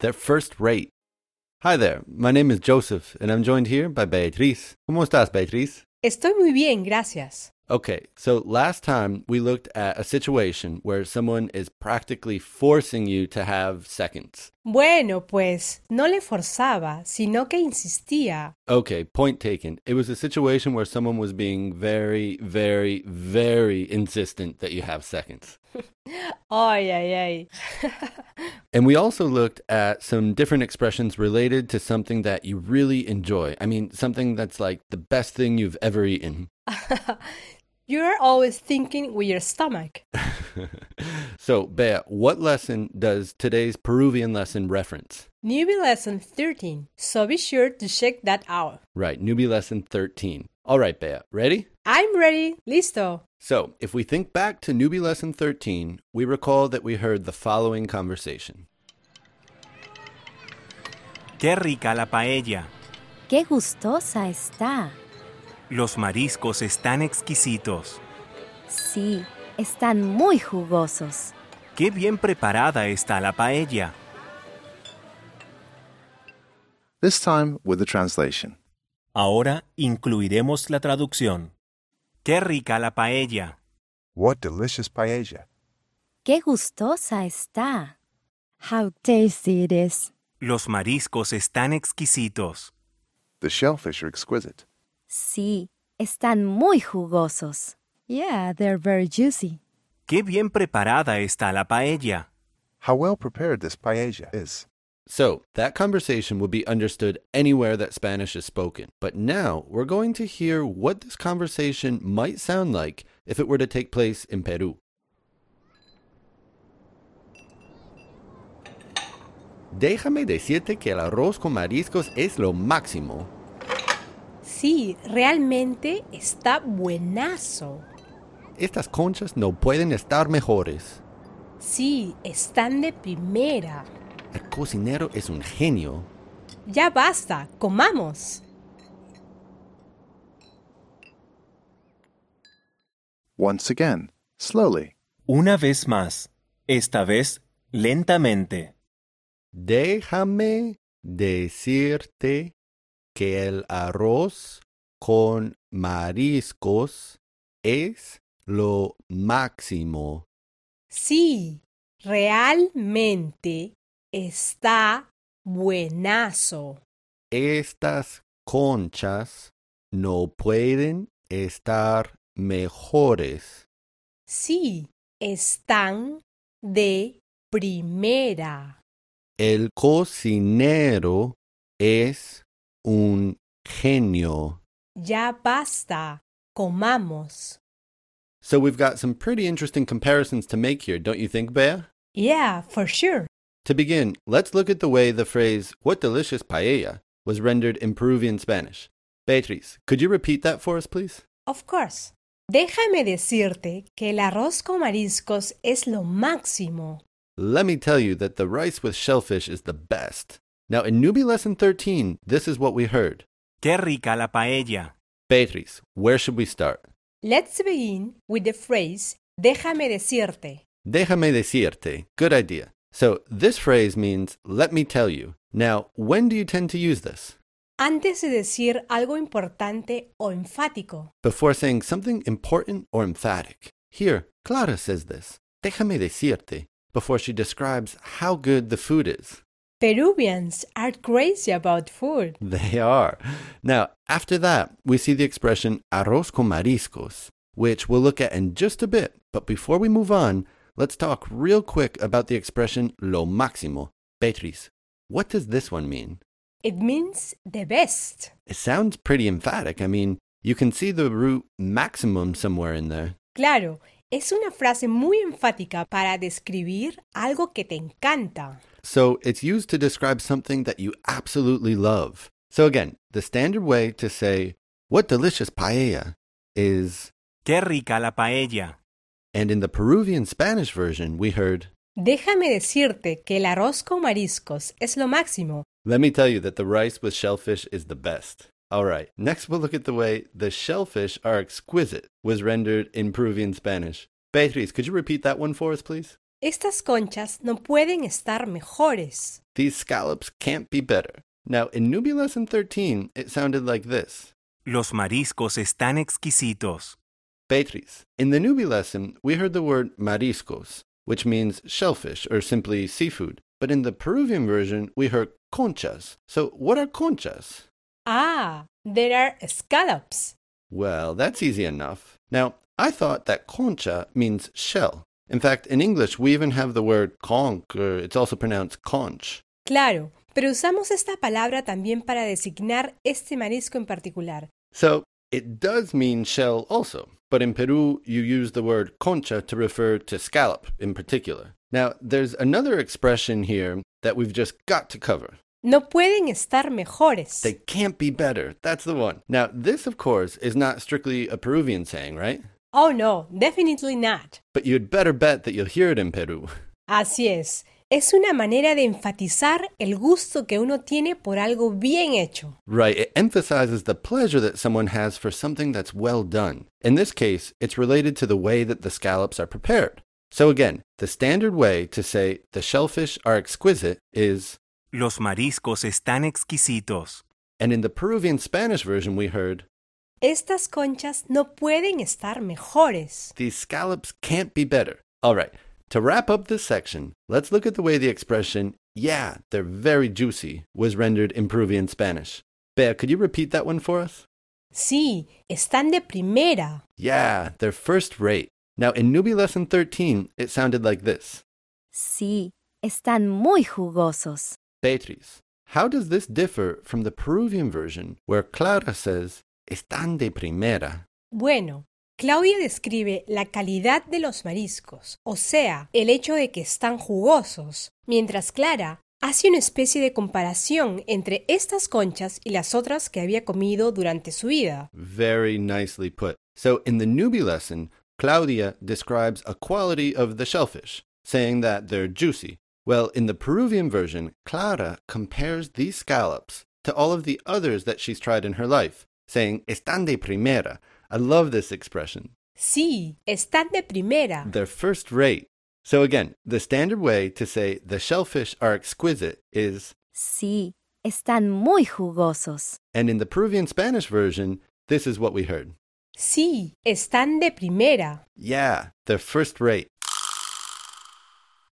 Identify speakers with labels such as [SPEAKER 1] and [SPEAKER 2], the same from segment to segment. [SPEAKER 1] They're first rate. Hi there, my name is Joseph, and I'm joined here by Beatriz. ¿Cómo estás, Beatriz?
[SPEAKER 2] Estoy muy bien, gracias.
[SPEAKER 1] Okay, so last time we looked at a situation where someone is practically forcing you to have seconds.
[SPEAKER 2] Bueno, pues no le forzaba, sino que insistía.
[SPEAKER 1] Okay, point taken. It was a situation where someone was being very, very, very insistent that you have seconds.
[SPEAKER 2] Ay, ay, ay.
[SPEAKER 1] And we also looked at some different expressions related to something that you really enjoy. I mean, something that's like the best thing you've ever eaten.
[SPEAKER 2] You're always thinking with your stomach.
[SPEAKER 1] So, Bea, what lesson does today's Peruvian lesson reference?
[SPEAKER 2] Newbie lesson 13, so be sure to check that out.
[SPEAKER 1] Right, newbie lesson 13. All right, Bea, ready?
[SPEAKER 2] I'm ready, listo.
[SPEAKER 1] So, if we think back to newbie lesson 13, we recall that we heard the following conversation.
[SPEAKER 3] Qué rica la paella.
[SPEAKER 4] ¡Qué gustosa está!
[SPEAKER 3] Los mariscos están exquisitos.
[SPEAKER 4] Sí, están muy jugosos.
[SPEAKER 3] Qué bien preparada está la paella.
[SPEAKER 5] this time with the translation.
[SPEAKER 3] Ahora incluiremos la traducción. Qué rica la paella.
[SPEAKER 6] What delicious paella.
[SPEAKER 4] ¡Qué gustosa está! How tasty it is!
[SPEAKER 3] Los mariscos están exquisitos.
[SPEAKER 5] The shellfish are exquisite.
[SPEAKER 4] Sí, están muy jugosos. Yeah, they're very juicy.
[SPEAKER 3] Qué bien preparada está la paella.
[SPEAKER 6] How well prepared this paella is.
[SPEAKER 1] So, that conversation will be understood anywhere that Spanish is spoken. But now we're going to hear what this conversation might sound like if it were to take place in Peru. Déjame decirte que el arroz con mariscos es lo máximo.
[SPEAKER 2] Sí, realmente está buenazo.
[SPEAKER 1] Estas conchas no pueden estar mejores.
[SPEAKER 2] Sí, están de primera.
[SPEAKER 1] El cocinero es un genio.
[SPEAKER 2] Ya basta, comamos.
[SPEAKER 5] Once again, slowly.
[SPEAKER 3] Una vez más. Esta vez lentamente.
[SPEAKER 1] Déjame decirte que el arroz con mariscos es lo máximo.
[SPEAKER 2] Sí, realmente está buenazo.
[SPEAKER 1] Estas conchas no pueden estar mejores.
[SPEAKER 2] Sí, están de primera.
[SPEAKER 1] El cocinero es un genio.
[SPEAKER 2] Ya basta, comamos.
[SPEAKER 1] So we've got some pretty interesting comparisons to make here, don't you think, Bea?
[SPEAKER 2] Yeah, for sure.
[SPEAKER 1] To begin, let's look at the way the phrase, what delicious paella, was rendered in Peruvian Spanish. Beatriz, could you repeat that for us, please?
[SPEAKER 2] Of course. Déjame decirte que el arroz con mariscos es lo máximo.
[SPEAKER 1] Let me tell you that the rice with shellfish is the best. Now, in newbie lesson 13, this is what we heard.
[SPEAKER 3] Qué rica la paella.
[SPEAKER 1] Beatriz, where should we start?
[SPEAKER 2] Let's begin with the phrase déjame decirte.
[SPEAKER 1] Déjame decirte. Good idea. So, this phrase means, let me tell you. Now, when do you tend to use this?
[SPEAKER 2] Antes de decir algo importante o enfático.
[SPEAKER 1] Before saying something important or emphatic. Here, Clara says this. Déjame decirte. Before she describes how good the food is.
[SPEAKER 2] Peruvians are crazy about food.
[SPEAKER 1] They are. Now, after that, we see the expression arroz con mariscos, which we'll look at in just a bit. But before we move on, let's talk real quick about the expression lo máximo. Beatriz, what does this one mean?
[SPEAKER 2] It means the best.
[SPEAKER 1] It sounds pretty emphatic. I mean, you can see the root maximum somewhere in there.
[SPEAKER 2] Claro, es una frase muy enfática para describir algo que te encanta.
[SPEAKER 1] So it's used to describe something that you absolutely love. So again, the standard way to say, what delicious paella is,
[SPEAKER 3] Qué rica la paella.
[SPEAKER 1] and in the Peruvian Spanish version, we heard,
[SPEAKER 2] Déjame decirte que el arroz con mariscos es lo máximo.
[SPEAKER 1] Let me tell you that the rice with shellfish is the best. All right, next we'll look at the way the shellfish are exquisite was rendered in Peruvian Spanish. Beatriz, could you repeat that one for us, please?
[SPEAKER 2] Estas conchas no pueden estar mejores.
[SPEAKER 1] These scallops can't be better. Now, in newbie lesson 13, it sounded like this.
[SPEAKER 3] Los mariscos están exquisitos.
[SPEAKER 1] Beatriz, in the newbie lesson, we heard the word mariscos, which means shellfish or simply seafood. But in the Peruvian version, we heard conchas. So, what are conchas?
[SPEAKER 2] Ah, there are scallops.
[SPEAKER 1] Well, that's easy enough. Now, I thought that concha means shell. In fact, in English, we even have the word conch, or it's also pronounced conch.
[SPEAKER 2] Claro, pero usamos esta palabra también para designar este marisco en particular.
[SPEAKER 1] So it does mean shell also, but in Peru, you use the word concha to refer to scallop in particular. Now, there's another expression here that we've just got to cover.
[SPEAKER 2] No pueden estar mejores.
[SPEAKER 1] They can't be better. That's the one. Now, this, of course, is not strictly a Peruvian saying, right?
[SPEAKER 2] Oh no, definitely not.
[SPEAKER 1] But you'd better bet that you'll hear it in Peru.
[SPEAKER 2] Así es. Es una manera de enfatizar el gusto que uno tiene por algo bien hecho.
[SPEAKER 1] Right, it emphasizes the pleasure that someone has for something that's well done. In this case, it's related to the way that the scallops are prepared. So again, the standard way to say the shellfish are exquisite is,
[SPEAKER 3] Los mariscos están exquisitos.
[SPEAKER 1] and in the Peruvian Spanish version, we heard,
[SPEAKER 2] Estas conchas no pueden estar mejores.
[SPEAKER 1] these scallops can't be better. All right, to wrap up this section, let's look at the way the expression, yeah, they're very juicy, was rendered in Peruvian Spanish. Bea, could you repeat that one for us?
[SPEAKER 2] Sí, están de primera.
[SPEAKER 1] Yeah, they're first rate. Now, in newbie lesson 13, it sounded like this.
[SPEAKER 4] Sí, están muy jugosos.
[SPEAKER 1] Beatriz, how does this differ from the Peruvian version where Clara says, están de primera?
[SPEAKER 2] Bueno, Claudia describe la calidad de los mariscos, o sea, el hecho de que están jugosos, mientras Clara hace una especie de comparación entre estas conchas y las otras que había comido durante su vida.
[SPEAKER 1] Very nicely put. So, in the newbie lesson, Claudia describes a quality of the shellfish, saying that they're juicy. Well, in the Peruvian version, Clara compares these scallops to all of the others that she's tried in her life, saying, están de primera. I love this expression.
[SPEAKER 2] Sí, están de primera.
[SPEAKER 1] They're first rate. So again, the standard way to say the shellfish are exquisite is,
[SPEAKER 4] Sí, están muy jugosos.
[SPEAKER 1] and in the Peruvian Spanish version, this is what we heard.
[SPEAKER 2] Sí, están de primera.
[SPEAKER 1] Yeah, they're first rate.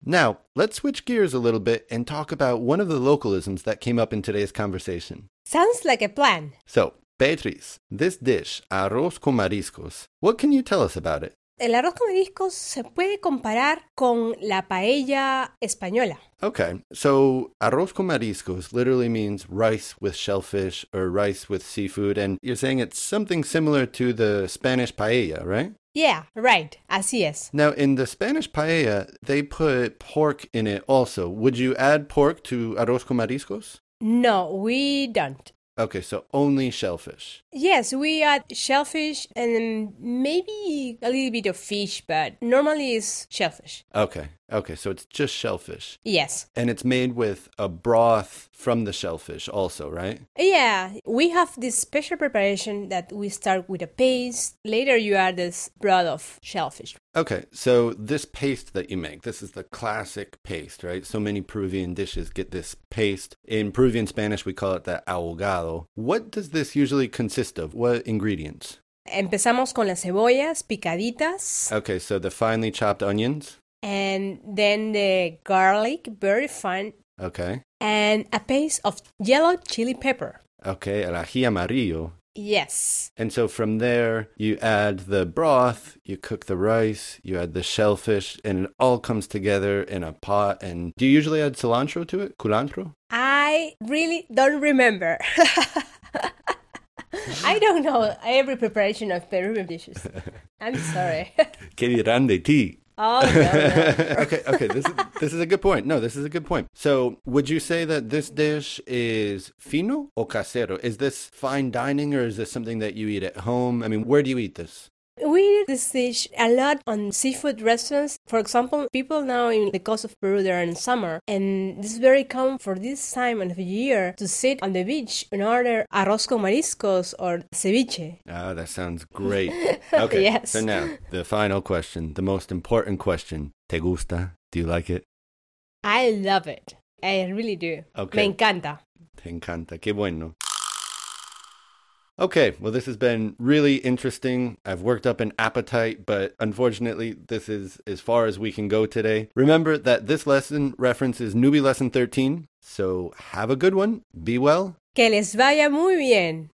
[SPEAKER 1] Now, let's switch gears a little bit and talk about one of the localisms that came up in today's conversation.
[SPEAKER 2] Sounds like a plan.
[SPEAKER 1] So, Beatriz, this dish, arroz con mariscos, what can you tell us about it?
[SPEAKER 2] El arroz con mariscos se puede comparar con la paella española.
[SPEAKER 1] Okay, so arroz con mariscos literally means rice with shellfish or rice with seafood, and you're saying it's something similar to the Spanish paella, right?
[SPEAKER 2] Yeah, right, así es.
[SPEAKER 1] Now, in the Spanish paella, they put pork in it also. Would you add pork to arroz con mariscos?
[SPEAKER 2] No, we don't.
[SPEAKER 1] Okay, so only shellfish.
[SPEAKER 2] Yes, we add shellfish and maybe a little bit of fish, but normally it's shellfish.
[SPEAKER 1] Okay, okay, so it's just shellfish.
[SPEAKER 2] Yes.
[SPEAKER 1] And it's made with a broth from the shellfish, also, right?
[SPEAKER 2] Yeah, we have this special preparation that we start with a paste. Later, you add this broth of shellfish.
[SPEAKER 1] Okay, so this paste that you make, this is the classic paste, right? So many Peruvian dishes get this paste. In Peruvian Spanish, we call it the ahogado. What does this usually consist of? What ingredients?
[SPEAKER 2] Empezamos con las cebollas picaditas
[SPEAKER 1] Okay, so the finely chopped onions.
[SPEAKER 2] and then the garlic, very fine,
[SPEAKER 1] Okay,
[SPEAKER 2] and a paste of yellow chili pepper.
[SPEAKER 1] okay, el ají amarillo.
[SPEAKER 2] Yes.
[SPEAKER 1] And so from there, you add the broth, you cook the rice, you add the shellfish, and it all comes together in a pot. And do you usually add cilantro to it? Culantro?
[SPEAKER 2] I really don't remember. I don't know every preparation of Peruvian dishes. I'm sorry.
[SPEAKER 1] Que grande ti.
[SPEAKER 2] oh, no, no.
[SPEAKER 1] okay, okay. This is, this is a good point. No, this is a good point. So, would you say that this dish is fino o casero? Is this fine dining or is this something that you eat at home? I mean, where do you eat this?
[SPEAKER 2] we eat this dish a lot on seafood restaurants. For example, people now in the coast of Peru, they're in summer, and it's very common for this time of year to sit on the beach and order arroz con mariscos or ceviche.
[SPEAKER 1] Ah, that sounds great. Okay.
[SPEAKER 2] Yes.
[SPEAKER 1] So now, the final question, the most important question. ¿Te gusta? Do you like it?
[SPEAKER 2] I love it. I really do.
[SPEAKER 1] Okay.
[SPEAKER 2] Me encanta.
[SPEAKER 1] Te encanta. Qué bueno. Okay, well, this has been really interesting. I've worked up an appetite, but unfortunately, this is as far as we can go today. Remember that this lesson references newbie lesson 13. So have a good one, be well,
[SPEAKER 2] Que les vaya muy bien.